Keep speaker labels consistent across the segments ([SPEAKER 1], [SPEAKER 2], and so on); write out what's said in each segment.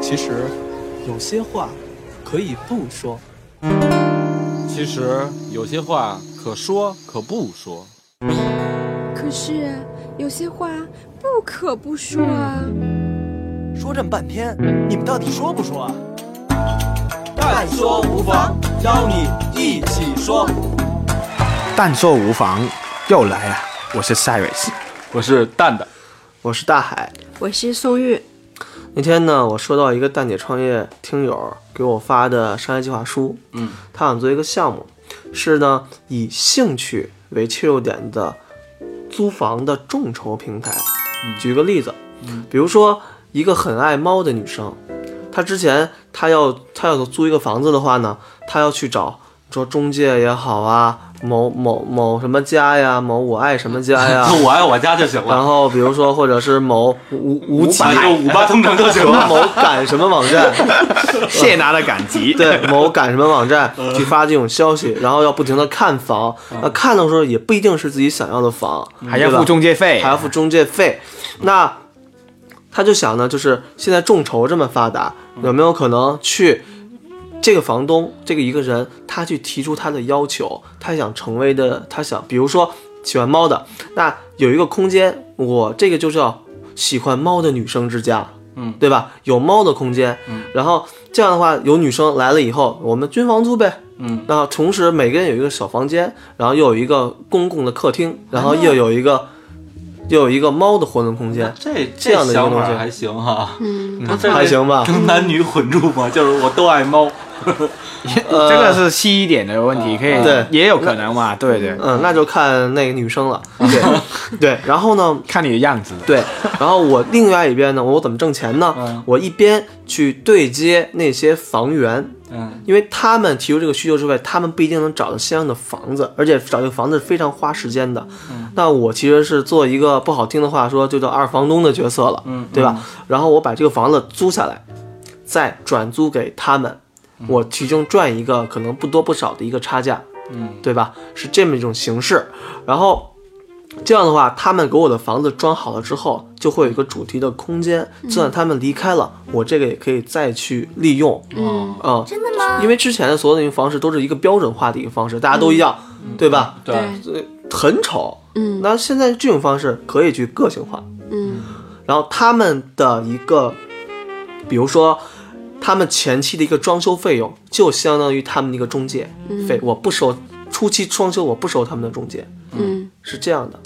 [SPEAKER 1] 其实，有些话可以不说。
[SPEAKER 2] 其实有些话可说可不说。
[SPEAKER 3] 可是啊有些话不可不说啊。
[SPEAKER 4] 嗯
[SPEAKER 5] 说这么半天，你们到底说不说啊？
[SPEAKER 6] 但说无妨，邀你一起说。
[SPEAKER 7] 但说无妨，又来了。我是 Cyrus，
[SPEAKER 2] 我是蛋蛋，
[SPEAKER 4] 我是大海，
[SPEAKER 8] 我是宋玉。
[SPEAKER 4] 那天呢，我收到一个蛋姐创业听友给我发的商业计划书，
[SPEAKER 2] 嗯，
[SPEAKER 4] 他想做一个项目，是呢以兴趣为切入点的租房的众筹平台。
[SPEAKER 2] 嗯
[SPEAKER 4] 举个例子，比如说一个很爱猫的女生，她之前她要她要租一个房子的话呢，她要去找说中介也好啊，某某某什么家呀，某我爱什么家呀，
[SPEAKER 2] 我爱我家就行
[SPEAKER 4] 然
[SPEAKER 2] 了，
[SPEAKER 4] 后比如说或者是某无无极
[SPEAKER 2] 百度五八同城就行
[SPEAKER 4] 和
[SPEAKER 2] 了。
[SPEAKER 4] 某赶什么网站，
[SPEAKER 7] 谢娜的赶集。
[SPEAKER 4] 对某赶什么网站去发这种消息，然后要不停的看房，那看到时候也不一定是自己想要的房，
[SPEAKER 7] 还要
[SPEAKER 4] 对吧
[SPEAKER 7] 付中介费，
[SPEAKER 4] 还要付中介费。那他就想呢，就是现在众筹这么发达，有没有可能去这个房东这个一个人，他去提出他的要求，他想成为的，他想，比如说喜欢猫的，那有一个空间，我这个就叫喜欢猫的女生之家。
[SPEAKER 2] 嗯
[SPEAKER 4] 对吧？有猫的空间，然后这样的话，有女生来了以后，我们均房租呗，
[SPEAKER 2] 嗯，
[SPEAKER 4] 然后同时每个人有一个小房间，然后又有一个公共的客厅，
[SPEAKER 2] 哎
[SPEAKER 4] 然后又有一个又有一个猫的活动空间，
[SPEAKER 2] 这
[SPEAKER 4] 这样的一个
[SPEAKER 2] 想
[SPEAKER 4] 东
[SPEAKER 2] 法
[SPEAKER 4] 西
[SPEAKER 2] 还行哈，
[SPEAKER 8] 嗯，
[SPEAKER 2] 哎这
[SPEAKER 4] 还行吧
[SPEAKER 2] 跟男女混住嘛， 就是我都爱猫。呃
[SPEAKER 7] 这个是西一点的问
[SPEAKER 2] 啊
[SPEAKER 7] 题，可以
[SPEAKER 4] 对
[SPEAKER 7] 也有可能嘛？对对，
[SPEAKER 4] 嗯，那就看那个女生了，
[SPEAKER 2] 嗯
[SPEAKER 4] 对对，然后呢，
[SPEAKER 7] 看你的样子。
[SPEAKER 4] 对，然后我另外一边呢，我怎么挣钱
[SPEAKER 2] 嗯
[SPEAKER 4] 呢？我一边去对接那些房源，
[SPEAKER 2] 嗯，
[SPEAKER 4] 因为他们提出这个需求之外，他们不一定能找到相应的房子，而且找这个房子是非常花时间的。
[SPEAKER 2] 嗯
[SPEAKER 4] 那我其实是做一个不好听的话说，就叫二房东的角色了，
[SPEAKER 2] 嗯
[SPEAKER 4] 对吧？然后我把这个房子租下来，再转租给他们，我其中赚一个可能不多不少的一个差价，
[SPEAKER 2] 嗯，
[SPEAKER 4] 对吧？是这么一种形式。然后这样的话，他们给我的房子装好了之后，就会有一个主题的空间，就算他们离开了，我这个也可以再去利用。
[SPEAKER 2] 嗯，
[SPEAKER 4] 啊、真的吗？因为之前的所有的一个方式都是一个标准化的一个方式，大家都一样，对吧？
[SPEAKER 7] 嗯
[SPEAKER 2] 对，
[SPEAKER 4] 很丑。
[SPEAKER 8] 嗯
[SPEAKER 4] 那现在这种方式可以去个性化，
[SPEAKER 8] 嗯
[SPEAKER 4] 然后他们的一个，比如说他们前期的一个装修费用，就相当于他们的一个中介费，我不收初期装修，我不收他们的中介，
[SPEAKER 8] 嗯，
[SPEAKER 4] 是这样的。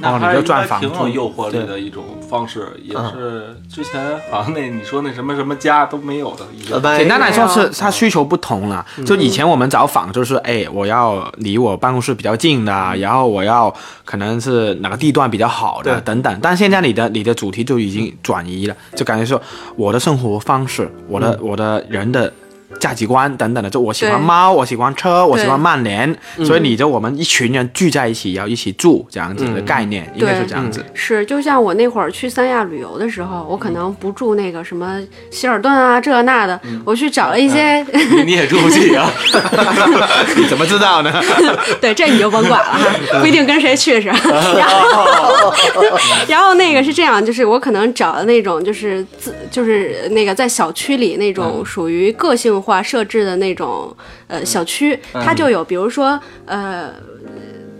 [SPEAKER 2] 那
[SPEAKER 7] 哦
[SPEAKER 2] 还
[SPEAKER 7] 你
[SPEAKER 2] 是
[SPEAKER 7] 就赚房租
[SPEAKER 2] 挺有诱惑力的一种方式，也是之前好像那你说那什么什么家都没有的一
[SPEAKER 4] 呃
[SPEAKER 2] 个。
[SPEAKER 4] 万一
[SPEAKER 7] 简单来说是它需求不同了，就以前我们找房就是，哎，我要离我办公室比较近的，然后我要可能是哪个地段比较好的
[SPEAKER 4] 对
[SPEAKER 7] 等等。但现在你的你的主题就已经转移了，就感觉说我的生活方式，我的、我的人的。价值观等等的，就我喜欢
[SPEAKER 8] 对
[SPEAKER 7] 猫，我喜欢车，我喜欢
[SPEAKER 8] 对
[SPEAKER 7] 曼联，所以你就我们一群人聚在一起，要一起住这样子的
[SPEAKER 4] 嗯
[SPEAKER 7] 概念，应该是这样子。
[SPEAKER 8] 是，就像我那会儿去三亚旅游的时候，我可能不住那个什么希尔顿啊，这那的，我去找了一些，
[SPEAKER 2] 嗯啊你你也住不起 啊？
[SPEAKER 7] 你怎么知道呢？
[SPEAKER 8] 对，这你就甭管了哈，
[SPEAKER 2] 嗯
[SPEAKER 8] 不一定跟谁 去是吧？然后，然后那个是这样，就是我可能找的那种，就是自，就是那个在小区里那
[SPEAKER 2] 嗯
[SPEAKER 8] 种属于个性化设置的那种呃小区，
[SPEAKER 2] 嗯
[SPEAKER 8] 它就有，比如说呃。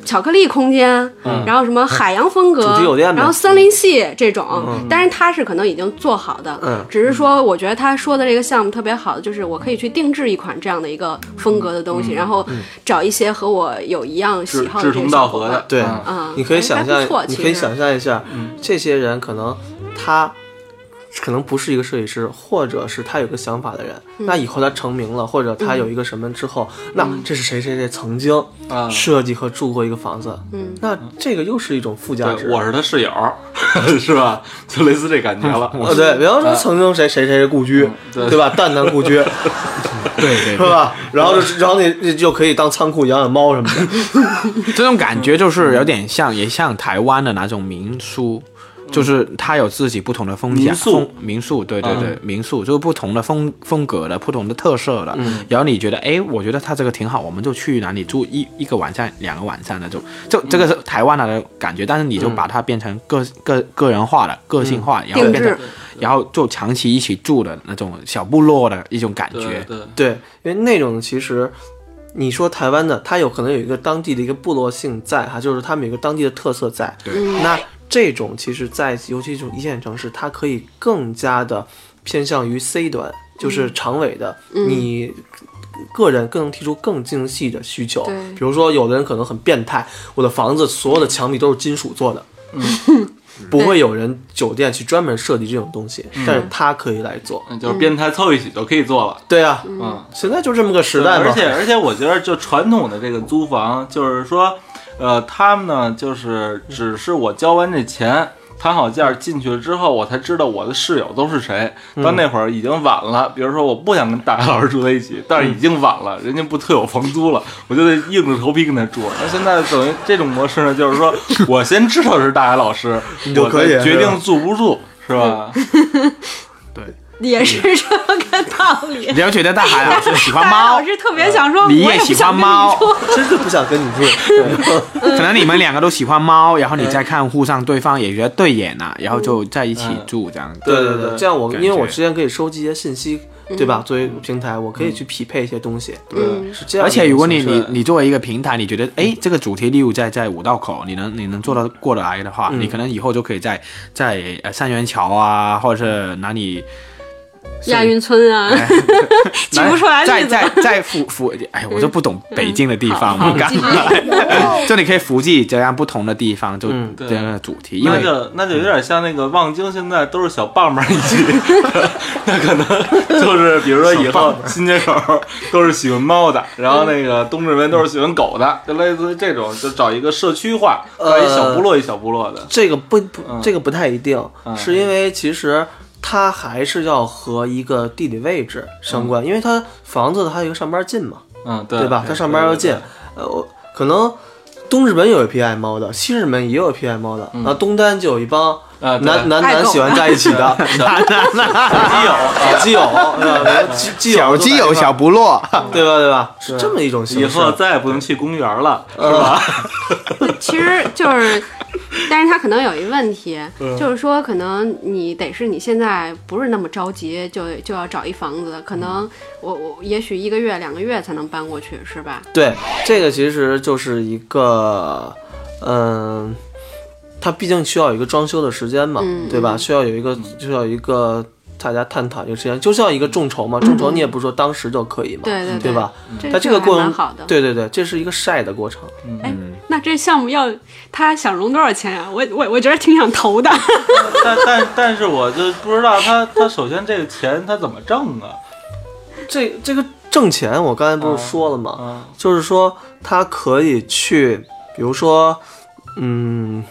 [SPEAKER 8] 巧克力空间，
[SPEAKER 7] 嗯
[SPEAKER 8] 然后什么海洋风格
[SPEAKER 4] 主题酒，店呗
[SPEAKER 8] 然后森林系这种，但是它是可能已经做好的，
[SPEAKER 4] 嗯
[SPEAKER 8] 只是说我觉得他说的这个项目特别好，就是我可以去定制一款这样的一个风格的东西，
[SPEAKER 4] 嗯
[SPEAKER 8] 然后找一些和我有一样喜
[SPEAKER 2] 志
[SPEAKER 8] 好的
[SPEAKER 2] 志
[SPEAKER 8] 这
[SPEAKER 2] 同
[SPEAKER 8] 些
[SPEAKER 2] 道
[SPEAKER 8] 小伙
[SPEAKER 2] 合
[SPEAKER 8] 伴
[SPEAKER 2] 的，
[SPEAKER 4] 对
[SPEAKER 2] 嗯
[SPEAKER 8] 嗯，
[SPEAKER 4] 你可以想象
[SPEAKER 8] 还不错，，
[SPEAKER 4] 你
[SPEAKER 8] 其
[SPEAKER 4] 可以
[SPEAKER 8] 实
[SPEAKER 4] 想象一下，这些人可能他可能不是一个设计师，或者是他有个想法的人。
[SPEAKER 8] 嗯
[SPEAKER 4] 那以后他成名了，或者他有一个什么之后，那这是谁谁谁曾经
[SPEAKER 2] 啊
[SPEAKER 4] 设计和住过一个房子，
[SPEAKER 8] 嗯
[SPEAKER 4] 那这个又是一种附加值
[SPEAKER 2] 对，。我是他室友， 是吧？就类似这感觉了。
[SPEAKER 4] 呃，对，比方说曾经谁谁谁是故居，
[SPEAKER 2] 啊嗯对
[SPEAKER 4] 对吧？蛋蛋 故居
[SPEAKER 7] 对对
[SPEAKER 4] 是吧？然后就然后你你就可以当仓库养养猫什么的。
[SPEAKER 7] 这种感觉就是有点像，也像台湾的那种民宿，就是它有自己不同的风格，
[SPEAKER 2] 民宿
[SPEAKER 7] 风民宿，对对对，
[SPEAKER 8] 嗯
[SPEAKER 7] 民宿就是不同的风风格的、不同的特色的。然后你觉得，哎，我觉得它这个挺好，我们就去哪里住一一个晚上、两个晚上那种。就
[SPEAKER 8] 嗯
[SPEAKER 7] 这个是台湾来的感觉，但是你就把它变成个个个人化的、个性化的，然后
[SPEAKER 8] 定
[SPEAKER 7] 变成
[SPEAKER 8] 制，
[SPEAKER 7] 然后就长期一起住的那种小部落的一种感
[SPEAKER 2] 对
[SPEAKER 7] 觉。
[SPEAKER 2] 呃对，
[SPEAKER 4] 对，因为那种其实你说台湾的，它有可能有一个当地的一个部落性在哈，就是他们有一个当地的特色在。
[SPEAKER 7] 对
[SPEAKER 2] 嗯
[SPEAKER 4] 那这种其实在，尤其这种一线城市，它可以更加的偏向于 C 端，就是
[SPEAKER 2] 嗯
[SPEAKER 4] 长尾的，你。个人更能提出更精细的需求，
[SPEAKER 8] 对
[SPEAKER 4] 比如说有的人可能很变态，我的房子所有的墙壁都是金属做的， 不会有人酒店去专门设计这种东西，但是他可以来做。
[SPEAKER 2] 嗯，就是变态凑一起就可以做了，
[SPEAKER 4] 对啊，
[SPEAKER 2] 嗯，
[SPEAKER 4] 现在就这么个时代嘛。
[SPEAKER 2] 而且而且我觉得就传统的这个租房，就是说，呃，他们呢就是只是我交完这钱。谈好价进去之后，我才知道我的室友都是谁。
[SPEAKER 4] 嗯
[SPEAKER 2] 到那会儿已经晚了，比如说我不想跟大白老师住在一起，但是
[SPEAKER 4] 嗯
[SPEAKER 2] 已经晚了，人家不退我房租了，我就得硬着头皮跟他住。那现在等于这种模式呢，就是说我先知道是大白老师，
[SPEAKER 4] 你就
[SPEAKER 2] 我
[SPEAKER 4] 可以
[SPEAKER 2] 再决
[SPEAKER 4] 是吧
[SPEAKER 2] 定住不住，是吧？
[SPEAKER 8] 也是这么个道理。
[SPEAKER 7] 你要觉得 大海老师喜欢
[SPEAKER 8] 大
[SPEAKER 7] 猫
[SPEAKER 8] 老，师特别想哎说，我
[SPEAKER 7] 你
[SPEAKER 8] 也不
[SPEAKER 7] 喜欢
[SPEAKER 8] 想跟你
[SPEAKER 7] 猫，
[SPEAKER 8] 住
[SPEAKER 4] 真是不想跟你住。
[SPEAKER 7] 可能你们两个都喜欢猫，然后你再看互上对方也觉得对眼了、然后就在一起住这样。
[SPEAKER 4] 对对 对，这样我
[SPEAKER 7] 感
[SPEAKER 4] 因
[SPEAKER 7] 觉
[SPEAKER 4] 为我之前可以收集一些信息，对吧？作为平台，我可以去匹配一些东西。对，是这样
[SPEAKER 7] 而
[SPEAKER 4] 的一种形式。
[SPEAKER 7] 且如果你你你作为一个平台，你觉得哎这个主题例如在在五道口，你能你能做到过得来的话，你可能以后就可以在在呃三元桥啊，或者是哪里
[SPEAKER 8] 亚运村啊，举不出来
[SPEAKER 7] 在
[SPEAKER 8] 例子。
[SPEAKER 7] 在在附附，哎，我就不懂北京的地方，
[SPEAKER 8] 好
[SPEAKER 7] 我干嘛？就你可以附近这样不同的地方，就
[SPEAKER 4] 嗯
[SPEAKER 7] 这样的主题，因
[SPEAKER 2] 那
[SPEAKER 7] 为
[SPEAKER 2] 就那就有点像那个望京，现在都是小棒棒一 起，那可能就是比如说以后新街口都是喜欢猫的，然后那个东直门都是喜欢狗 的，就类似于这种，就找一个社区化，
[SPEAKER 4] 呃
[SPEAKER 2] 找一小部落一小部落的，
[SPEAKER 4] 这个不不
[SPEAKER 2] 嗯，
[SPEAKER 4] 这个不太一定，
[SPEAKER 2] 嗯
[SPEAKER 4] 是因为其实它还是要和一个地理位置相关，因为它房子它有一个上班近嘛，
[SPEAKER 2] 嗯，对
[SPEAKER 4] 对吧？它上班要近，呃，我可能。东直门有一批爱猫的，西直门也有一批爱猫的，然后东单就有一帮
[SPEAKER 2] 啊对
[SPEAKER 4] 男男男喜欢在一起的，
[SPEAKER 2] 小基友，
[SPEAKER 4] 小啊基友，对吧基基友
[SPEAKER 7] 小
[SPEAKER 4] 都在
[SPEAKER 7] 基
[SPEAKER 4] 一
[SPEAKER 7] 友
[SPEAKER 4] 块儿
[SPEAKER 7] 小部落，
[SPEAKER 4] 对吧？对吧？是这么一种
[SPEAKER 2] 以
[SPEAKER 4] 形式。
[SPEAKER 2] 后再也不能去公园了，
[SPEAKER 8] 其实就是，但是他可能有一问 题，
[SPEAKER 2] 嗯
[SPEAKER 8] 就是说，可能你得是你现在不是那么着急，就就要找一房子，可能
[SPEAKER 2] 嗯
[SPEAKER 8] 我我也许一个月两个月才能搬过去，是吧？
[SPEAKER 4] 对，这个其实就是一个，嗯，它毕竟需要有一个装修的时间嘛，
[SPEAKER 8] 嗯
[SPEAKER 4] 对吧？需要有一个，需要有一个大家探讨一个时间，就像一个众筹嘛，众筹你也不是说当时就可以嘛，
[SPEAKER 8] 嗯对
[SPEAKER 4] 对
[SPEAKER 8] 对
[SPEAKER 4] 吧？它
[SPEAKER 8] 这
[SPEAKER 4] 这个
[SPEAKER 8] 还
[SPEAKER 4] 过
[SPEAKER 8] 蛮
[SPEAKER 4] 程
[SPEAKER 8] 好的。
[SPEAKER 4] 对对对，这是一个晒的过程。
[SPEAKER 8] 哎，那这项目要他想融多少钱啊？我我我觉得挺想投的。
[SPEAKER 2] 呃但但但是我就不知道他他首先这个钱他怎么挣啊？
[SPEAKER 4] 这这个挣钱，我刚才
[SPEAKER 8] 哦
[SPEAKER 4] 不是说了吗？
[SPEAKER 2] 啊，
[SPEAKER 4] 就是说他可以去，比如说，嗯，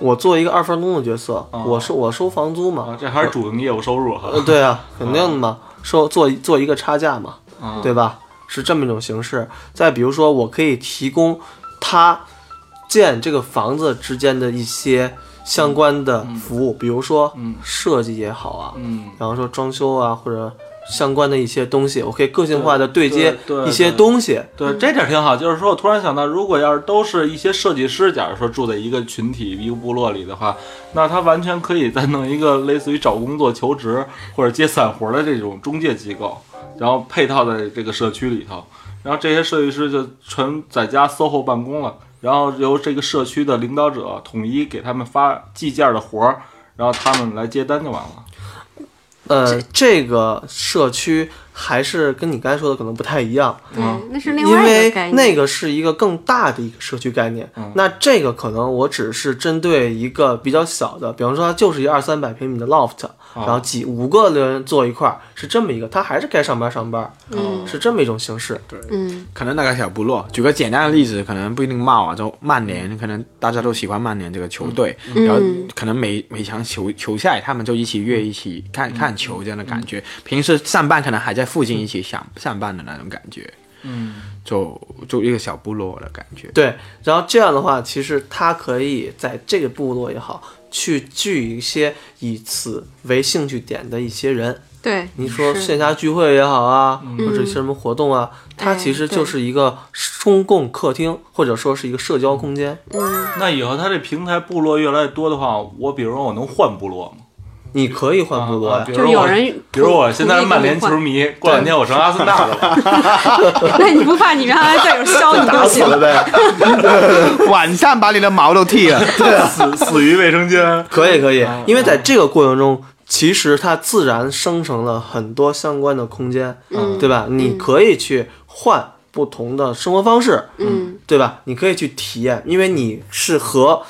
[SPEAKER 4] 我做一个二份工的角色，
[SPEAKER 2] 哦
[SPEAKER 4] 我收我收房租嘛，
[SPEAKER 2] 啊这还是主营业务收入哈
[SPEAKER 4] 呃，，对啊，
[SPEAKER 2] 哦
[SPEAKER 4] 肯定的嘛，说做做一个差价嘛，
[SPEAKER 2] 嗯
[SPEAKER 4] 对吧？是这么一种形式。再比如说，我可以提供他建这个房子之间的一些相关的服务，比如说设计也好啊，
[SPEAKER 2] 嗯。
[SPEAKER 4] 然后说装修啊，或者相关的一些东西，我可以个性化的对接
[SPEAKER 2] 对对
[SPEAKER 4] 一些
[SPEAKER 2] 对
[SPEAKER 4] 东西。
[SPEAKER 2] 对，这点儿挺好。就是说我突然想到，如果要是都是一些设计师，假如说住在一个群体、一个部落里的话，那他完全可以再弄一个类似于找工作、求职或者接散活的这种中介机构，然后配套在这个社区里头，然后这些设计师就纯在家 SOHO 办公了，然后由这个社区的领导者统一给他们发计件的活儿，然后他们来接单就完了。
[SPEAKER 4] 呃，这个社区还是跟你刚才说的可能不太一样，
[SPEAKER 8] 对，
[SPEAKER 2] 嗯
[SPEAKER 8] 那是另
[SPEAKER 4] 因
[SPEAKER 8] 外一
[SPEAKER 4] 为
[SPEAKER 8] 个概念。嗯
[SPEAKER 4] 那个是一个更大的一个社区概念。那这个可能我只是针对一个比较小的，比方说它就是一二三百平米的 loft，、然
[SPEAKER 8] 哦
[SPEAKER 4] 后几五个人坐一块儿，是这么一个，他还是该上班上班，
[SPEAKER 8] 嗯
[SPEAKER 4] 是这么一种形式。
[SPEAKER 8] 嗯，
[SPEAKER 7] 可能那个小部落，举个简单的例子，可能不一定茂啊，就曼联，可能大家都喜欢曼联这个球队，然后可能每每场球球赛，他们就一起约一起看看球这样的感觉。平时上班可能还在附近一起上上班的那种感觉，嗯，就就一个小部落的感觉。
[SPEAKER 4] 对，然后这样的话，其实他可以在这个部落也好，去聚一些以此为兴趣点的一些人。
[SPEAKER 8] 对，
[SPEAKER 4] 你说
[SPEAKER 8] 是
[SPEAKER 4] 线下聚会也好啊，或者一些什么活动啊，它
[SPEAKER 8] 哎
[SPEAKER 4] 其实就
[SPEAKER 8] 对
[SPEAKER 4] 是一个公共客厅，或者说是一个社交空间。
[SPEAKER 2] 那以后它这平台部落越来越多的话，我比如说我能换部落吗？
[SPEAKER 4] 你可以换部落
[SPEAKER 2] 啊
[SPEAKER 4] 呀
[SPEAKER 2] 比，
[SPEAKER 8] 就
[SPEAKER 2] 如说
[SPEAKER 8] 是有
[SPEAKER 2] 我，
[SPEAKER 8] 人
[SPEAKER 2] 比如我
[SPEAKER 8] 同
[SPEAKER 2] 现在是曼联球， 迷，过两天我成阿森纳了，
[SPEAKER 8] 同意跟你换那你不怕你原来队友削 你不行？
[SPEAKER 7] 呗，晚上把你的毛都剃了。
[SPEAKER 2] 死死于卫生间。
[SPEAKER 4] 可以可以，因为在这个过程中，其实它自然生成了很多相关的空间，
[SPEAKER 8] 嗯
[SPEAKER 4] 对吧？你可以去换不同的生活方式，
[SPEAKER 8] 嗯，
[SPEAKER 4] 对吧？你可以去体验，因为你是和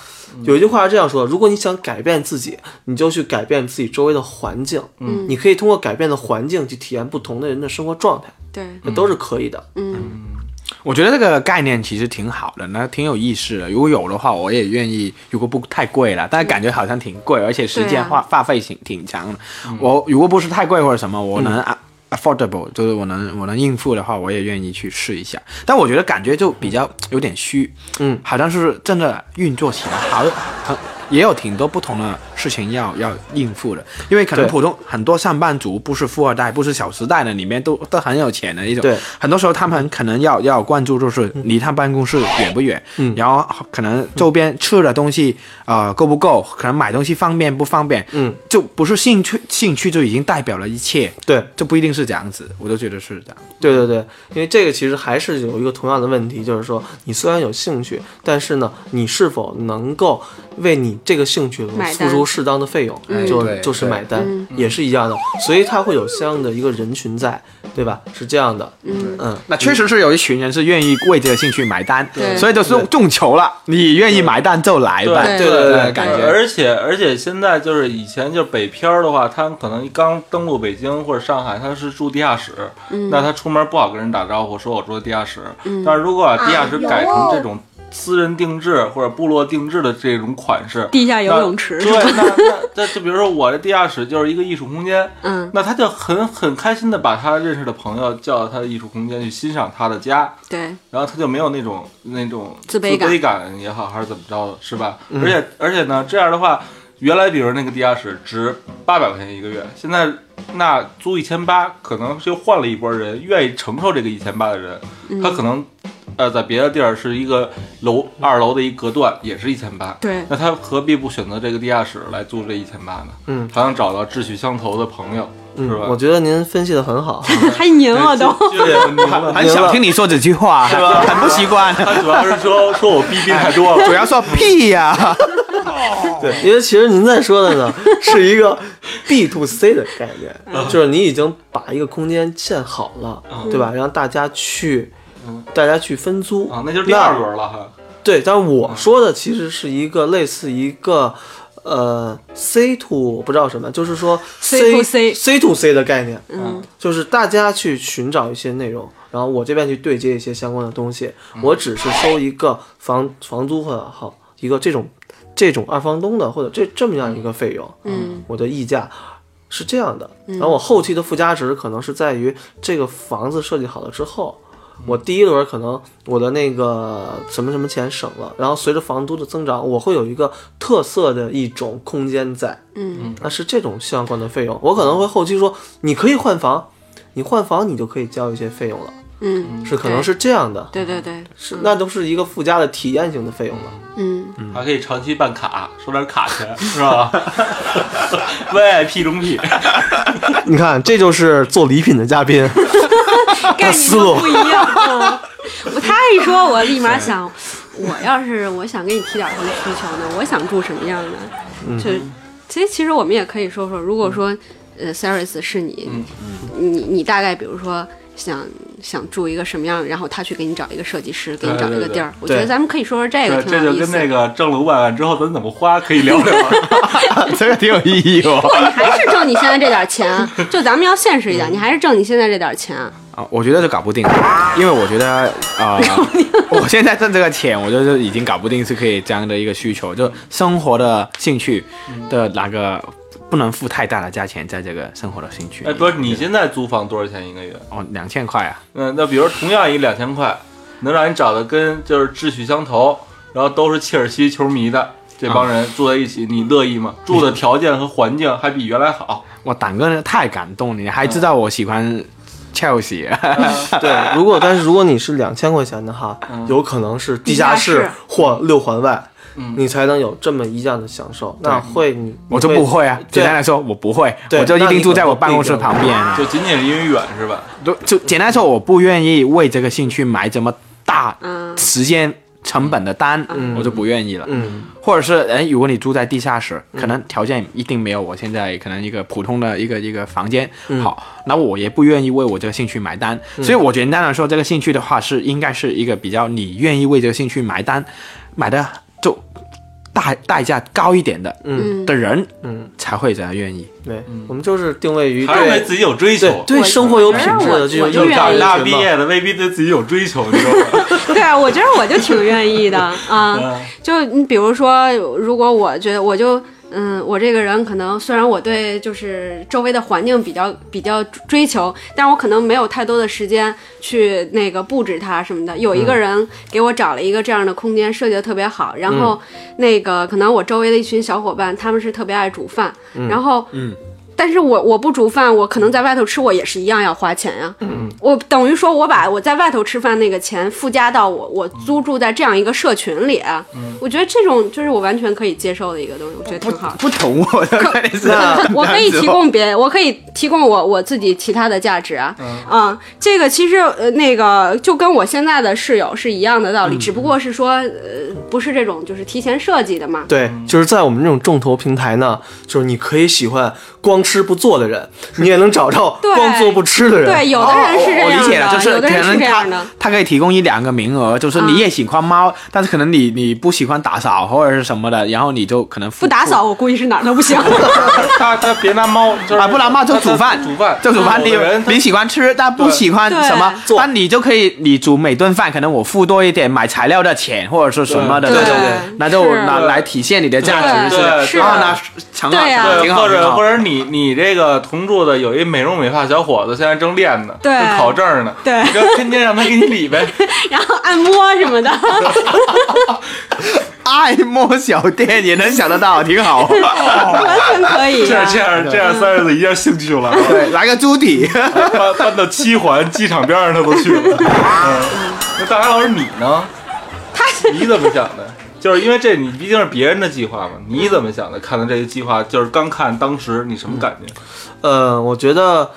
[SPEAKER 4] 有一句话是这样说：如果你想改变自己，你就去改变自己周围的环境。嗯，你可以通过改变的环境去体验不同的人的生活状态，
[SPEAKER 8] 对，
[SPEAKER 4] 这都是可以的。
[SPEAKER 8] 嗯
[SPEAKER 7] 我觉得这个概念其实挺好的，那挺有意思的。如果有的话，我也愿意。如果不太贵了，但是感觉好像挺贵，而且时
[SPEAKER 8] 对
[SPEAKER 7] 间
[SPEAKER 8] 啊
[SPEAKER 7] 花花费挺挺长的。
[SPEAKER 4] 嗯
[SPEAKER 7] 我如果不是太贵或者什么，我能、啊 affordable，就是我能我能应付的话，我也愿意去试一下。但我觉得感觉就比较有点虚，
[SPEAKER 4] 嗯，
[SPEAKER 7] 好像是真的运作起来好很。也有挺多不同的事情要要应付的，因为可能
[SPEAKER 4] 对
[SPEAKER 7] 普通很多上班族不是富二代，不是小时代的，里面都都很有钱的一种。
[SPEAKER 4] 对，
[SPEAKER 7] 很多时候他们可能要要关注就是离他办公室远不远，嗯，然后可能周边吃的东西呃够不够，可能买东西方便不方便，
[SPEAKER 4] 嗯，
[SPEAKER 7] 就不是兴趣兴趣就已经代表了一切，
[SPEAKER 4] 对，
[SPEAKER 7] 就不一定是这样子，我都觉得是这样。
[SPEAKER 4] 对对对，因为这个其实还是有一个同样的问题，就是说你虽然有兴趣，但是呢，你是否能够为你这个兴趣
[SPEAKER 8] 买
[SPEAKER 4] 付
[SPEAKER 8] 单
[SPEAKER 4] 出适当的费用，就
[SPEAKER 7] 对
[SPEAKER 4] 就是
[SPEAKER 7] 对
[SPEAKER 4] 买单
[SPEAKER 8] 嗯，
[SPEAKER 4] 也是一样的，所以它会有相应的一个人群在，对吧？是这样的，
[SPEAKER 8] 嗯，
[SPEAKER 4] 嗯，
[SPEAKER 7] 那确实是有一群人是愿意为这个兴趣买单，
[SPEAKER 8] 对
[SPEAKER 7] 所以就是中球了，你愿意买单就来吧，
[SPEAKER 2] 对
[SPEAKER 8] 对
[SPEAKER 7] 对
[SPEAKER 4] 对对
[SPEAKER 7] 感
[SPEAKER 2] 呃
[SPEAKER 7] 觉
[SPEAKER 2] 而且而且现在就是以前就是北漂儿的话，他可能刚登陆北京或者上海，他是住地下室，
[SPEAKER 8] 嗯
[SPEAKER 2] 那他出门不好跟人打招呼，说我住地下室。但是如果把地下室改成这种私人定制或者部落定制的这种款式，
[SPEAKER 8] 地下游
[SPEAKER 2] 那
[SPEAKER 8] 泳池
[SPEAKER 2] 对，那那那就比如说我的地下室就是一个艺术空间，
[SPEAKER 8] 嗯，
[SPEAKER 2] 那他就很很开心的把他认识的朋友叫到他的艺术空间去欣赏他的家，
[SPEAKER 8] 对，
[SPEAKER 2] 然后他就没有那种那种
[SPEAKER 8] 自
[SPEAKER 2] 卑
[SPEAKER 8] 卑
[SPEAKER 2] 感
[SPEAKER 8] 感
[SPEAKER 2] 也好，还是怎么着的，是吧？
[SPEAKER 4] 嗯
[SPEAKER 2] 而且而且呢，这样的话，原来比如那个地下室值八百块钱一个月，现在那租一千八，可能就换了一波人愿意承受这个一千八的人，他可能呃在别的地儿是一个楼二楼的一隔断，也是一千八。
[SPEAKER 8] 对
[SPEAKER 2] 那他何必不选择这个地下室来租这一千八呢？
[SPEAKER 4] 嗯
[SPEAKER 2] 好像找到志趣相投的朋友，
[SPEAKER 4] 嗯
[SPEAKER 2] 是吧？
[SPEAKER 4] 我觉得您分析的很好，
[SPEAKER 8] 还赢了都，
[SPEAKER 2] 这也很牛了。
[SPEAKER 7] 很想听你说这句话，
[SPEAKER 2] 是吧
[SPEAKER 7] 很不习惯，
[SPEAKER 2] 他主要是说说我逼逼太多了
[SPEAKER 7] 主，要说屁呀、
[SPEAKER 4] 对，因为其实您在说的呢是一个 B to C 的概
[SPEAKER 8] 嗯
[SPEAKER 4] 念，就是你已经把一个空间建好了，
[SPEAKER 2] 嗯
[SPEAKER 4] 对
[SPEAKER 8] 嗯
[SPEAKER 4] 吧？让大家去。大家去分租
[SPEAKER 2] 啊，那就是第二轮了哈。
[SPEAKER 4] 对，但是我说的其实是一个类似一个，呃，C to 不知道什么，就是说
[SPEAKER 8] C to C
[SPEAKER 4] C to C 的概念，
[SPEAKER 8] 嗯，
[SPEAKER 4] 就是大家去寻找一些内容，然后我这边去对接一些相关的东西，我只是收一个房房租或者好一个这种这种二房东的或者这这么样一个费用，
[SPEAKER 8] 嗯，
[SPEAKER 4] 我的溢价。是这样的，然后我后期的附加值可能是在于这个房子设计好了之后，我第一轮可能我的那个什么什么钱省了，然后随着房租的增长，我会有一个特色的一种空间在，
[SPEAKER 8] 嗯，
[SPEAKER 4] 那是这种相关的费用，我可能会后期说你可以换房，你换房你就可以交一些费用了，
[SPEAKER 8] 嗯，
[SPEAKER 4] 是可能是这样的，
[SPEAKER 8] 对对
[SPEAKER 2] 嗯
[SPEAKER 8] 对，
[SPEAKER 4] 是那都是一个附加的体验性的费用了，
[SPEAKER 8] 嗯，
[SPEAKER 2] 还可以长期办卡，收点卡钱，是吧？VIP 中 P，
[SPEAKER 4] 嗯 你看这就是做礼品的嘉宾，
[SPEAKER 8] 概念
[SPEAKER 4] 思
[SPEAKER 8] 都
[SPEAKER 4] 路
[SPEAKER 8] 不一样。嗯 我他一说，我立 马想，我要是我想给你提点什么需求呢？我想住什么样的？
[SPEAKER 2] 嗯
[SPEAKER 8] 就其实其实我们也可以说说，如果说呃 s e r i s 是你，
[SPEAKER 2] 嗯
[SPEAKER 8] 你你大概比如说。想想住一个什么样，然后他去给你找一个设计师，给你找一个地儿。我觉得咱们可以说说这
[SPEAKER 2] 对，
[SPEAKER 8] 个，挺
[SPEAKER 2] 这
[SPEAKER 8] 有
[SPEAKER 2] 就
[SPEAKER 8] 意
[SPEAKER 2] 跟
[SPEAKER 8] 思的。
[SPEAKER 2] 那个挣了五百万之后咱怎么花可以聊聊。
[SPEAKER 7] 这个挺有意义哦。
[SPEAKER 8] 你还是挣你现在这点 钱，就咱们要现实一
[SPEAKER 2] 嗯
[SPEAKER 8] 点，你还是挣你现在这点钱。
[SPEAKER 7] 啊，我觉得是搞不定，因为我觉得啊，呃我现在挣这个钱，我就是已经搞不定是可以这样的一个需求，就生活的兴趣的那个不能付太大的价钱在这个生活的兴 趣。
[SPEAKER 2] 哎，不是，你现在租房多少钱一个月？
[SPEAKER 7] 哦，两千块啊，
[SPEAKER 2] 那那比如同样一两千块，能让你找的跟就是志趣相投，然后都是切尔西球迷的，这帮人住在一起，啊你乐意吗？住的条件和环境还比原来好，
[SPEAKER 7] 哇，胆哥太感动了，你还知道我喜欢 Chelsea，、啊
[SPEAKER 4] 对，如果但是如果你是两千块钱的哈，有可能是地下
[SPEAKER 8] 地
[SPEAKER 4] 室
[SPEAKER 8] 下室
[SPEAKER 4] 或六环外，
[SPEAKER 2] 嗯
[SPEAKER 4] 你才能有这么一样的享受。那会你
[SPEAKER 7] 我就不会啊。
[SPEAKER 4] 对
[SPEAKER 7] 简单来说，我不会，
[SPEAKER 4] 对
[SPEAKER 7] 我就一
[SPEAKER 4] 那你
[SPEAKER 7] 定住
[SPEAKER 4] 可
[SPEAKER 7] 在
[SPEAKER 4] 能
[SPEAKER 7] 我办公室
[SPEAKER 4] 不一样
[SPEAKER 7] 旁边啊。
[SPEAKER 2] 就仅仅是因为远是吧？
[SPEAKER 7] 就就简单来说，我不愿意为这个兴趣买这么大
[SPEAKER 8] 嗯
[SPEAKER 7] 时间成本的单，我就不愿意了。
[SPEAKER 4] 嗯，
[SPEAKER 7] 或者是，哎，如果你住在地下室，可能条件一定没有我现在可能一个普通的一个一个房间
[SPEAKER 4] 嗯
[SPEAKER 7] 好，那我也不愿意为我这个兴趣买单。所以我简单来说，这个兴趣的话是应该是一个比较你愿意为这个兴趣买单，买的就代代价高一点的，
[SPEAKER 8] 嗯
[SPEAKER 7] 的人，
[SPEAKER 4] 嗯，
[SPEAKER 7] 才会才愿意。
[SPEAKER 4] 对，我们就是定位于
[SPEAKER 2] 还是对
[SPEAKER 4] 对
[SPEAKER 2] 自己有追
[SPEAKER 4] 对
[SPEAKER 2] 求。
[SPEAKER 4] 对
[SPEAKER 8] 我
[SPEAKER 4] 生活有品质的这
[SPEAKER 8] 我
[SPEAKER 4] 种
[SPEAKER 8] 就
[SPEAKER 4] 有
[SPEAKER 8] 愿
[SPEAKER 4] 价
[SPEAKER 8] 意
[SPEAKER 4] 值
[SPEAKER 2] 大
[SPEAKER 4] 群
[SPEAKER 2] 毕
[SPEAKER 4] 嘛
[SPEAKER 2] 业的未必对自己有追求，你知道吗？
[SPEAKER 8] 对啊，我觉得我就挺愿意的
[SPEAKER 2] 嗯
[SPEAKER 8] 啊。就你比如说，如果我觉得我就嗯，我这个人可能虽然我对就是周围的环境比较比较追求，但我可能没有太多的时间去那个布置它什么的。有一个人给我找了一个这样的空间，设计的特别好，然后
[SPEAKER 7] 嗯
[SPEAKER 8] 那个可能我周围的一群小伙伴，他们是特别爱煮饭，然后
[SPEAKER 7] 嗯
[SPEAKER 8] 但是我我不煮饭，我可能在外头吃，我也是一样要花钱呀、嗯，我等于说我把我在外头吃饭那个钱附加到我我租住在这样一个社群里、嗯，我觉得这种就是我完全可以接受的一个东西，我觉得
[SPEAKER 7] 不
[SPEAKER 8] 挺好。
[SPEAKER 7] 不同我的，
[SPEAKER 8] 我可以提供别，我可以提供我我自己其他的价值啊，啊，这个其实呃那个就跟我现在的室友是一样的道理，只不过是说呃不是这种就是提前设计的嘛，
[SPEAKER 4] 对，就是在我们这种众筹平台呢，就是你可以喜欢光吃不做的人，你也能找到
[SPEAKER 8] 对
[SPEAKER 4] 光做不吃的人。
[SPEAKER 8] 对，有的人是这样
[SPEAKER 7] 哦我
[SPEAKER 8] 的，
[SPEAKER 7] 理解了，就是
[SPEAKER 8] 有的
[SPEAKER 7] 可
[SPEAKER 8] 人是
[SPEAKER 7] 能
[SPEAKER 8] 这样
[SPEAKER 7] 他
[SPEAKER 8] 的。啊
[SPEAKER 7] 他可以提供一两个名额，就是你也喜欢猫，但是可能你你不喜欢打扫或者是什么的，然后你就可能付
[SPEAKER 8] 不打扫，我估计是哪儿都不行。
[SPEAKER 2] 啊他他别拿猫，就是
[SPEAKER 7] 啊，不然嘛就
[SPEAKER 2] 他
[SPEAKER 7] 煮饭，
[SPEAKER 2] 煮饭，啊
[SPEAKER 7] 就煮饭。
[SPEAKER 2] 有
[SPEAKER 7] 你
[SPEAKER 2] 的人他
[SPEAKER 7] 你喜欢吃，但不喜欢什么，
[SPEAKER 8] 对
[SPEAKER 7] 但你就可以你煮每顿饭，可能我付多一点买材料的钱或者是什么的
[SPEAKER 8] 对
[SPEAKER 7] 那种
[SPEAKER 8] 对，
[SPEAKER 7] 那就是拿来体现你的价值
[SPEAKER 2] 对对
[SPEAKER 7] 是
[SPEAKER 8] 是
[SPEAKER 7] 吧，啊，那挺好
[SPEAKER 8] 对啊呀
[SPEAKER 7] 挺好，
[SPEAKER 2] 对，
[SPEAKER 7] 挺好
[SPEAKER 2] 或者或者你你这个同住的有一美容美发小伙子，现在正练呢，
[SPEAKER 8] 对
[SPEAKER 2] 正考证呢，
[SPEAKER 8] 对
[SPEAKER 2] 你就天天让他给你理 呗，
[SPEAKER 8] 然后按摩什么的，
[SPEAKER 7] 爱摸小店也能想得到，挺 好。
[SPEAKER 8] 完全可以、
[SPEAKER 2] 这
[SPEAKER 8] 啊
[SPEAKER 2] 样。这样这样，三十岁一下兴趣了，
[SPEAKER 7] 对，来个猪蹄。
[SPEAKER 2] 搬搬到七环机场边上他都去 了。嗯，那大海老师你呢？你怎么想的？就是因为这你毕竟是别人的计划嘛，你怎么想的？看到这个计划，就是刚看当时你什么感觉？
[SPEAKER 4] 呃，我觉得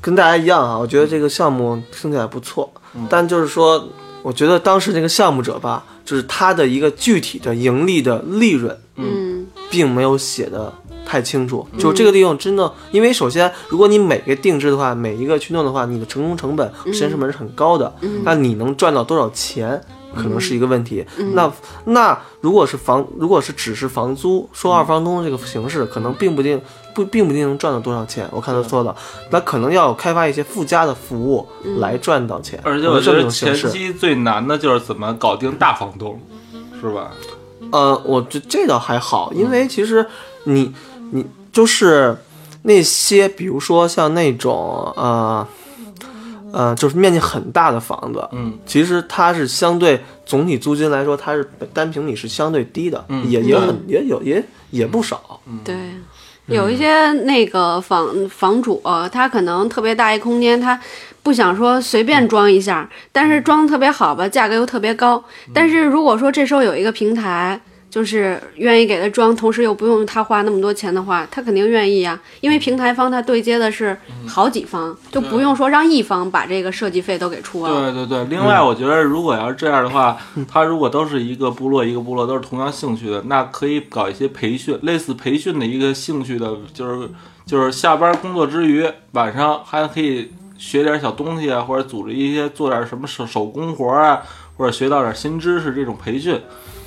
[SPEAKER 4] 跟大家一样啊，我觉得这个项目听起来不错，但就是说，我觉得当时那个项目者吧，就是他的一个具体的盈利的利润，
[SPEAKER 8] 嗯，
[SPEAKER 4] 并没有写的太清楚。就这个利用真的，因为首先，如果你每个定制的话，每一个驱动的话，你的成功成本、时间成本是很高的，那你能赚到多少钱？可能是一个问题。那那如果是房，如果是只是房租，说二房东这个形式，可能并不定不并不一定能赚到多少钱。我看他说的，那可能要开发一些附加的服务来赚到钱。
[SPEAKER 2] 而且
[SPEAKER 4] 可能
[SPEAKER 2] 我觉
[SPEAKER 4] 这么一
[SPEAKER 2] 得
[SPEAKER 4] 种
[SPEAKER 2] 前
[SPEAKER 4] 形式。
[SPEAKER 2] 期最难的就是怎么搞定大房东，是吧？
[SPEAKER 4] 呃，我觉这倒还好，因
[SPEAKER 8] 嗯
[SPEAKER 4] 为其实你你就是那些，比如说像那种呃呃，就是面积很大的房子，
[SPEAKER 2] 嗯，
[SPEAKER 4] 其实它是相对总体租金来说，它是单平米是相对低的，
[SPEAKER 2] 嗯
[SPEAKER 4] 也也很也有也也不少，
[SPEAKER 8] 对。
[SPEAKER 4] 嗯
[SPEAKER 8] 有一些那个房房主、呃他可能特别大一空间，他不想说随
[SPEAKER 4] 嗯
[SPEAKER 8] 便装一下，但是装得特别好吧，价格又特别高。
[SPEAKER 4] 嗯
[SPEAKER 8] 但是如果说这时候有一个平台，就是愿意给他装，同时又不用他花那么多钱的话，他肯定愿意啊，因为平台方他对接的是
[SPEAKER 4] 嗯
[SPEAKER 8] 好几方，就不用说让一方把这个设计费都给出啊了。
[SPEAKER 2] 对对对，另
[SPEAKER 4] 嗯
[SPEAKER 2] 外我觉得，如果要是这样的话，他如果都是一个部落一个部落都是同样兴趣的，那可以搞一些培训，类似培训的一个兴趣的，就是就是下班工作之余，晚上还可以学点小东西啊，或者组织一些做点什么手手工活啊，或者学到点新知识这种培训，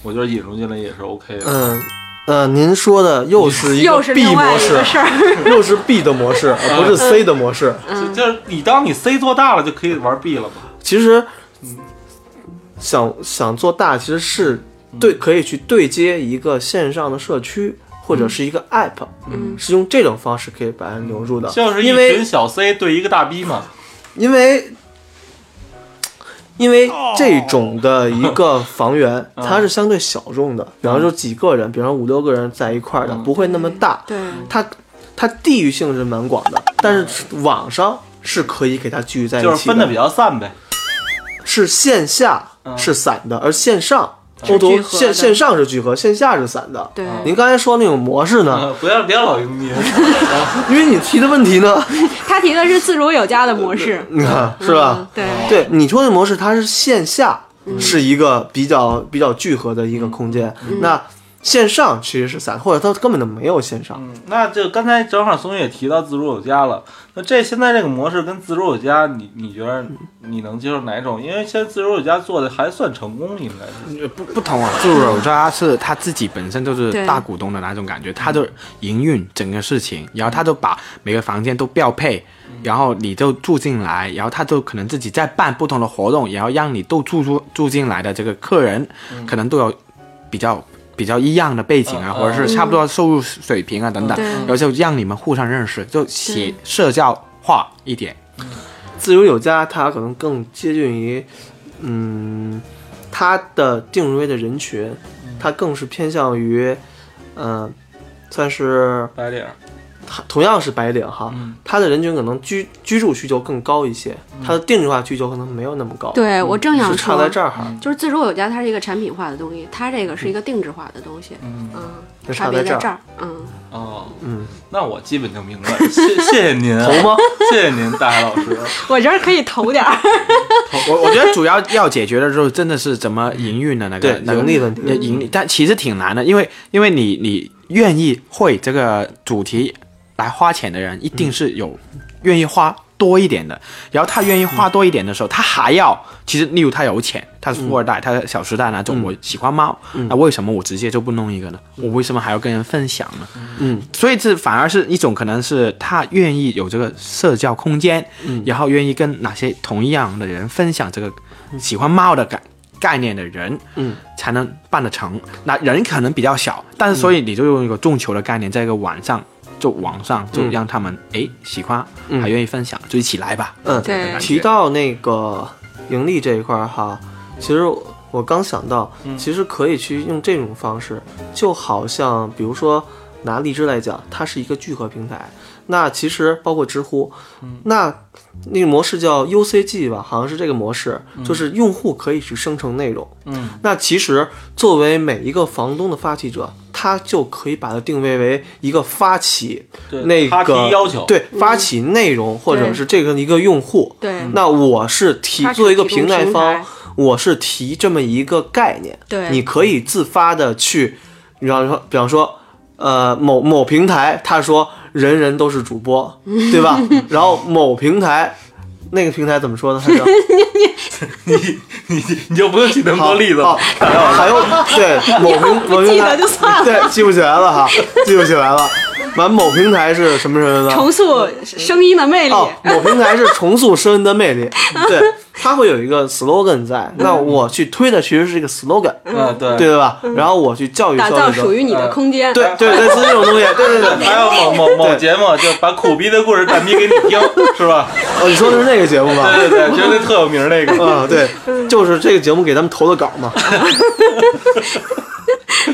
[SPEAKER 2] 我觉得引入进来也是 OK 的。
[SPEAKER 4] 嗯。呃，您说的又是一
[SPEAKER 8] 又
[SPEAKER 4] 个
[SPEAKER 8] 是嗯
[SPEAKER 4] B
[SPEAKER 8] 另外
[SPEAKER 4] 模
[SPEAKER 8] 一个
[SPEAKER 4] 式，啊
[SPEAKER 8] 事儿，
[SPEAKER 4] 又是 B 的模式，而不是 C 的模式。
[SPEAKER 2] 就就是你当你 C 做大了，就可以玩 B 了嘛。
[SPEAKER 4] 其实想想做大，其实是
[SPEAKER 2] 嗯
[SPEAKER 4] 对可以去对接一个线上的社区。或者是一个 app，、
[SPEAKER 8] 嗯
[SPEAKER 4] 是用这种方式可以把人留住的，
[SPEAKER 2] 就是一
[SPEAKER 4] 因
[SPEAKER 2] 群
[SPEAKER 4] 为
[SPEAKER 2] 小 C 对一个大 B 嘛，
[SPEAKER 4] 因为因为
[SPEAKER 2] 哦
[SPEAKER 4] 这种的一 个房源，
[SPEAKER 2] 嗯
[SPEAKER 4] 它是相对小众的，比方说几个人，比方说五六个人在一块儿的，
[SPEAKER 2] 嗯
[SPEAKER 4] 不会那么大。
[SPEAKER 8] 对
[SPEAKER 4] 它它地域性是蛮广的，但是网上是可以给它聚集在一起
[SPEAKER 2] 就是分的比较散呗。
[SPEAKER 4] 是线下是散的，而线上欧
[SPEAKER 8] 嗯聚
[SPEAKER 4] 洲
[SPEAKER 8] 合
[SPEAKER 4] 线
[SPEAKER 8] 的
[SPEAKER 4] 线上是聚合，线下是散的。
[SPEAKER 8] 对
[SPEAKER 4] 您刚才说那种模式呢？
[SPEAKER 2] 呃不要不要老用力，
[SPEAKER 8] 嗯
[SPEAKER 4] 因为你提的问题呢，
[SPEAKER 8] 他提的是自如有家的模式，
[SPEAKER 4] 你看是吧？
[SPEAKER 8] 对，
[SPEAKER 4] 对哦你说的模式，它是线下
[SPEAKER 8] 嗯
[SPEAKER 4] 是一个比较比较聚合的一个空间，
[SPEAKER 8] 嗯
[SPEAKER 4] 那线上其实是散，或者它根本就没有线上。
[SPEAKER 2] 嗯那就刚才正好松玉也提到自如有家了，那这现在这个模式跟自如有家，你你觉得你能接受哪种？因为现在自如有家做的还算成功，应该是
[SPEAKER 7] 不不同啊，助手他是他自己本身就是
[SPEAKER 8] 对
[SPEAKER 7] 大股东的那种感觉，他就营运整个事情，然后他就把每个房间都标配，然后你就住进来，然后他就可能自己在办不同的活动，然后让你都住住住进来的这个客人，
[SPEAKER 8] 嗯
[SPEAKER 7] 可能都有比较。比较一样的背景
[SPEAKER 2] 嗯
[SPEAKER 7] 啊，或者是差不多收入水平啊等等，
[SPEAKER 8] 对
[SPEAKER 7] 然后就让你们互相认识，就写
[SPEAKER 8] 对
[SPEAKER 7] 社交化一点。
[SPEAKER 4] 自由有家，它可能更接近于，嗯，它的定位的人群，
[SPEAKER 8] 嗯
[SPEAKER 4] 它更是偏向于，嗯、算是
[SPEAKER 2] 白领儿。
[SPEAKER 4] 它同样是白领哈，
[SPEAKER 2] 嗯
[SPEAKER 4] 它的人均可能居居住需求更高一些，它的定制化需求可能没有那么高。，
[SPEAKER 8] 对我正想
[SPEAKER 4] 嗯是差
[SPEAKER 8] 说
[SPEAKER 4] 在，这儿哈，
[SPEAKER 8] 就是自如有家，它是一个产品化的东西，它这个是一个定制化的东西，
[SPEAKER 2] 嗯
[SPEAKER 8] 嗯，
[SPEAKER 4] 就
[SPEAKER 8] 差
[SPEAKER 4] 差
[SPEAKER 8] 别
[SPEAKER 4] 在
[SPEAKER 8] 在
[SPEAKER 4] 这
[SPEAKER 8] 这
[SPEAKER 4] 儿
[SPEAKER 8] 儿，嗯，
[SPEAKER 2] 哦，
[SPEAKER 4] 嗯，
[SPEAKER 2] 那我基本就明白了，谢谢谢您，啊
[SPEAKER 4] 投吗？
[SPEAKER 2] 谢谢您，大海老师。
[SPEAKER 8] 我觉得可以投点儿，
[SPEAKER 7] 我我觉得主要要解决的就是真的是怎么营运的那个
[SPEAKER 4] 对
[SPEAKER 7] 那个
[SPEAKER 4] 盈利问题
[SPEAKER 7] 呃盈利，但其实挺难的，因为因为你你愿意会这个主题来花钱的人，一
[SPEAKER 4] 嗯
[SPEAKER 7] 定是有愿意花多一点的。然后他愿意花
[SPEAKER 4] 嗯
[SPEAKER 7] 多一点的时候，他还要其实例如他有钱，他是富二代，他是小时代那
[SPEAKER 4] 嗯
[SPEAKER 7] 种，我喜欢猫，那为什么我直接就不弄一个呢？我为什么还要跟人分享呢？
[SPEAKER 4] 嗯，
[SPEAKER 7] 所以这反而是一种可能是他愿意有这个社交空间，
[SPEAKER 4] 嗯
[SPEAKER 7] 然后愿意跟哪些同样的人分享这个喜欢猫的概概念的人，
[SPEAKER 4] 嗯，
[SPEAKER 7] 才能办得成。那人可能比较小，但是所以你就用一个众筹的概念，在一个晚上。就网上就
[SPEAKER 4] 嗯
[SPEAKER 7] 让他们哎喜欢，
[SPEAKER 4] 嗯
[SPEAKER 7] 还愿意分享，就一起来吧。
[SPEAKER 4] 嗯，
[SPEAKER 8] 对
[SPEAKER 7] 感觉
[SPEAKER 4] 提到那个盈利这一块儿哈，其实我刚想到，
[SPEAKER 7] 嗯
[SPEAKER 4] 其实可以去用这种方式，就好像比如说拿荔枝来讲，它是一个聚合平台，那其实包括知乎，
[SPEAKER 7] 嗯
[SPEAKER 4] 那那个模式叫 UCG 吧，好像是这个模式，
[SPEAKER 7] 嗯
[SPEAKER 4] 就是用户可以去生成内容。
[SPEAKER 2] 嗯，
[SPEAKER 4] 那其实作为每一个房东的发起者，他就可以把它定位为一个发起
[SPEAKER 2] 对
[SPEAKER 4] 那
[SPEAKER 2] 他提
[SPEAKER 4] 个
[SPEAKER 2] 要求
[SPEAKER 4] 对发起内容或者
[SPEAKER 8] 对
[SPEAKER 4] 是这个一个用户。
[SPEAKER 8] 嗯对
[SPEAKER 4] 那我是提
[SPEAKER 8] 它是
[SPEAKER 4] 作为一个
[SPEAKER 8] 提供
[SPEAKER 4] 平台
[SPEAKER 8] 平
[SPEAKER 4] 方
[SPEAKER 8] 台，
[SPEAKER 4] 我是提这么一个概念，
[SPEAKER 8] 对
[SPEAKER 4] 你可以自发的去，比方说，比方说，呃，某某平台，他说人人都是主 播，对吧？然后某平台，那个平台怎么说呢？他叫
[SPEAKER 2] 你你就不用举那 么多例子
[SPEAKER 4] 好
[SPEAKER 2] 了，
[SPEAKER 4] 好还有 对某平某平台
[SPEAKER 8] 就算了
[SPEAKER 4] 对记不起来了哈，记不起来了。完某平台是什么什么的？
[SPEAKER 8] 重塑声音的魅力，
[SPEAKER 4] 哦，某平台是重塑声音的魅力，对，它会有一个 slogan 在。那我去推的其实是一个 slogan，
[SPEAKER 2] 嗯，对
[SPEAKER 4] 对吧？然后我去教育
[SPEAKER 8] 打
[SPEAKER 4] 消
[SPEAKER 8] 造
[SPEAKER 4] 费者
[SPEAKER 8] 属，于你的空间，
[SPEAKER 4] 对对，类似这种东西，对 对对。
[SPEAKER 2] 还有某某某
[SPEAKER 4] 对
[SPEAKER 2] 节目，就把苦逼的故事蛋逼给你 听，是吧？
[SPEAKER 4] 哦，你说的是那个节目
[SPEAKER 8] 啊
[SPEAKER 4] 吧？
[SPEAKER 2] 对对对，觉 得特有名儿那个。
[SPEAKER 4] 嗯，对，就是这个节目给咱们投的稿嘛。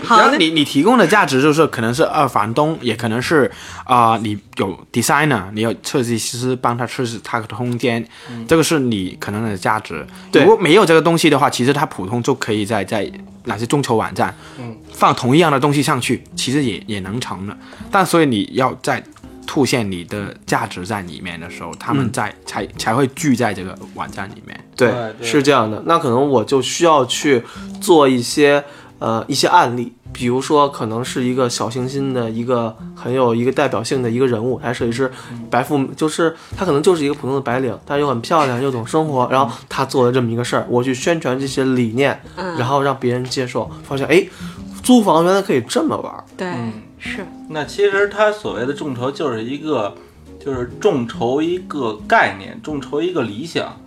[SPEAKER 7] 然后你你提供的价值就是可能是二房东，也可能是啊、呃你有 designer，你有设计师帮他设计他的空间，这个是你可能的价值。
[SPEAKER 4] 对
[SPEAKER 7] 如果没有这个东西的话，其实他普通就可以在在哪些众筹网站，放同样的东西上去，其实也也能成的。但所以你要在凸显你的价值在里面的时候，他们在、才才会聚在这个网站里面。
[SPEAKER 4] 对
[SPEAKER 2] 对，哎对
[SPEAKER 4] 是这样的。那可能我就需要去做一些呃一些案例，比如说可能是一个小清新的一个很有一个代表性的一个人物，他设计师
[SPEAKER 2] 嗯
[SPEAKER 4] 白富，就是他可能就是一个普通的白领，但是又很漂亮，又懂生活，然
[SPEAKER 2] 嗯
[SPEAKER 4] 后他做了这么一个事儿，我去宣传这些理念，然后让别人接受，发现哎，租房原来可以这么玩儿。
[SPEAKER 8] 对是，
[SPEAKER 2] 那其实它所谓的众筹就是一个，就是众筹一个概念，众筹一个理想，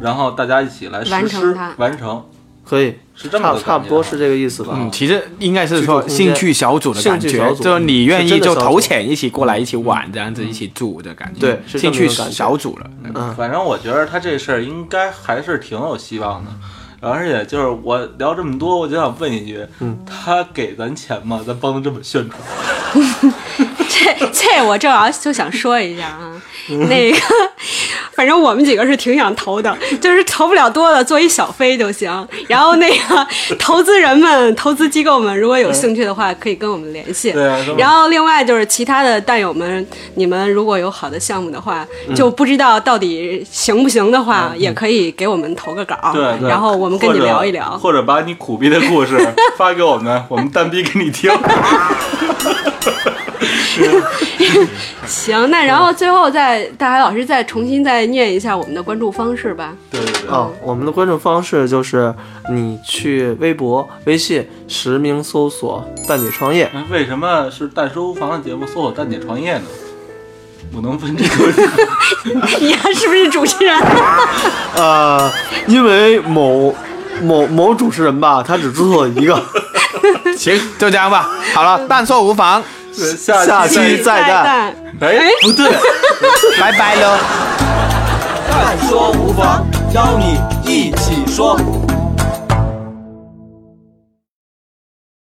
[SPEAKER 2] 然后大家一起来实
[SPEAKER 8] 完成
[SPEAKER 2] 施
[SPEAKER 8] 它
[SPEAKER 2] 完成。
[SPEAKER 4] 可以，
[SPEAKER 2] 是这么
[SPEAKER 4] 差
[SPEAKER 2] 个
[SPEAKER 4] 差
[SPEAKER 2] 感
[SPEAKER 4] 不
[SPEAKER 2] 觉
[SPEAKER 4] 多
[SPEAKER 2] 啊
[SPEAKER 4] 是这个意思吧？
[SPEAKER 7] 嗯，其实应该是说
[SPEAKER 4] 居住空间
[SPEAKER 7] 兴趣小组的感
[SPEAKER 4] 兴趣
[SPEAKER 7] 觉
[SPEAKER 4] 小，组嗯
[SPEAKER 7] 就是你愿
[SPEAKER 4] 是
[SPEAKER 7] 意
[SPEAKER 4] 真的
[SPEAKER 7] 就
[SPEAKER 4] 小组嗯
[SPEAKER 7] 投钱一起过来一起玩，这样子一起住的感觉。
[SPEAKER 4] 对是这
[SPEAKER 7] 兴
[SPEAKER 4] 么一
[SPEAKER 7] 趣
[SPEAKER 4] 个感觉
[SPEAKER 7] 小组 了。嗯
[SPEAKER 2] 反正我觉得他这事儿应该还是挺有希望的。而且就是我聊这么多，我就想问一句，他给咱钱吗？咱帮他这么宣传，
[SPEAKER 8] 这 这我正好就想说一下啊，那个，反正我们几个是挺想投的，就是投不了多的，做一小飞就行。然后那个投资人们、投资机构们，如果有兴趣的话，可以跟我们联系。
[SPEAKER 2] 对啊是吗
[SPEAKER 8] 然后另外就是其他的蛋友们，你们如果有好的项目的话，就不知道到底行不行的话，也可以给我们投个稿，
[SPEAKER 2] 嗯对对。
[SPEAKER 8] 然后我们跟你
[SPEAKER 2] 或者
[SPEAKER 8] 聊一聊。
[SPEAKER 2] 或者把你苦逼的故事发给我们，我们蛋逼给你 听。
[SPEAKER 8] 行，那然后最后再大海老师再重新再念一下我们的关注方式吧。
[SPEAKER 2] 对对对，
[SPEAKER 4] 哦，我们的关注方式就是你去微博、微信实名搜索“伴侣创业
[SPEAKER 2] 那为什么是蛋说无妨的节目搜索蛋姐创业呢？我能问这个 问题吗？
[SPEAKER 8] 你还是不是主持人？”，
[SPEAKER 4] 呃，因为某某某主持人吧，他只注册了一 个，
[SPEAKER 7] 行，就这样吧。好 了，但说无妨，
[SPEAKER 2] 对下
[SPEAKER 4] 下期
[SPEAKER 2] 期
[SPEAKER 4] 再
[SPEAKER 8] 蛋
[SPEAKER 4] 蛋。
[SPEAKER 2] 哎不对。
[SPEAKER 7] 拜拜喽。
[SPEAKER 6] 但说无妨，邀你一起说。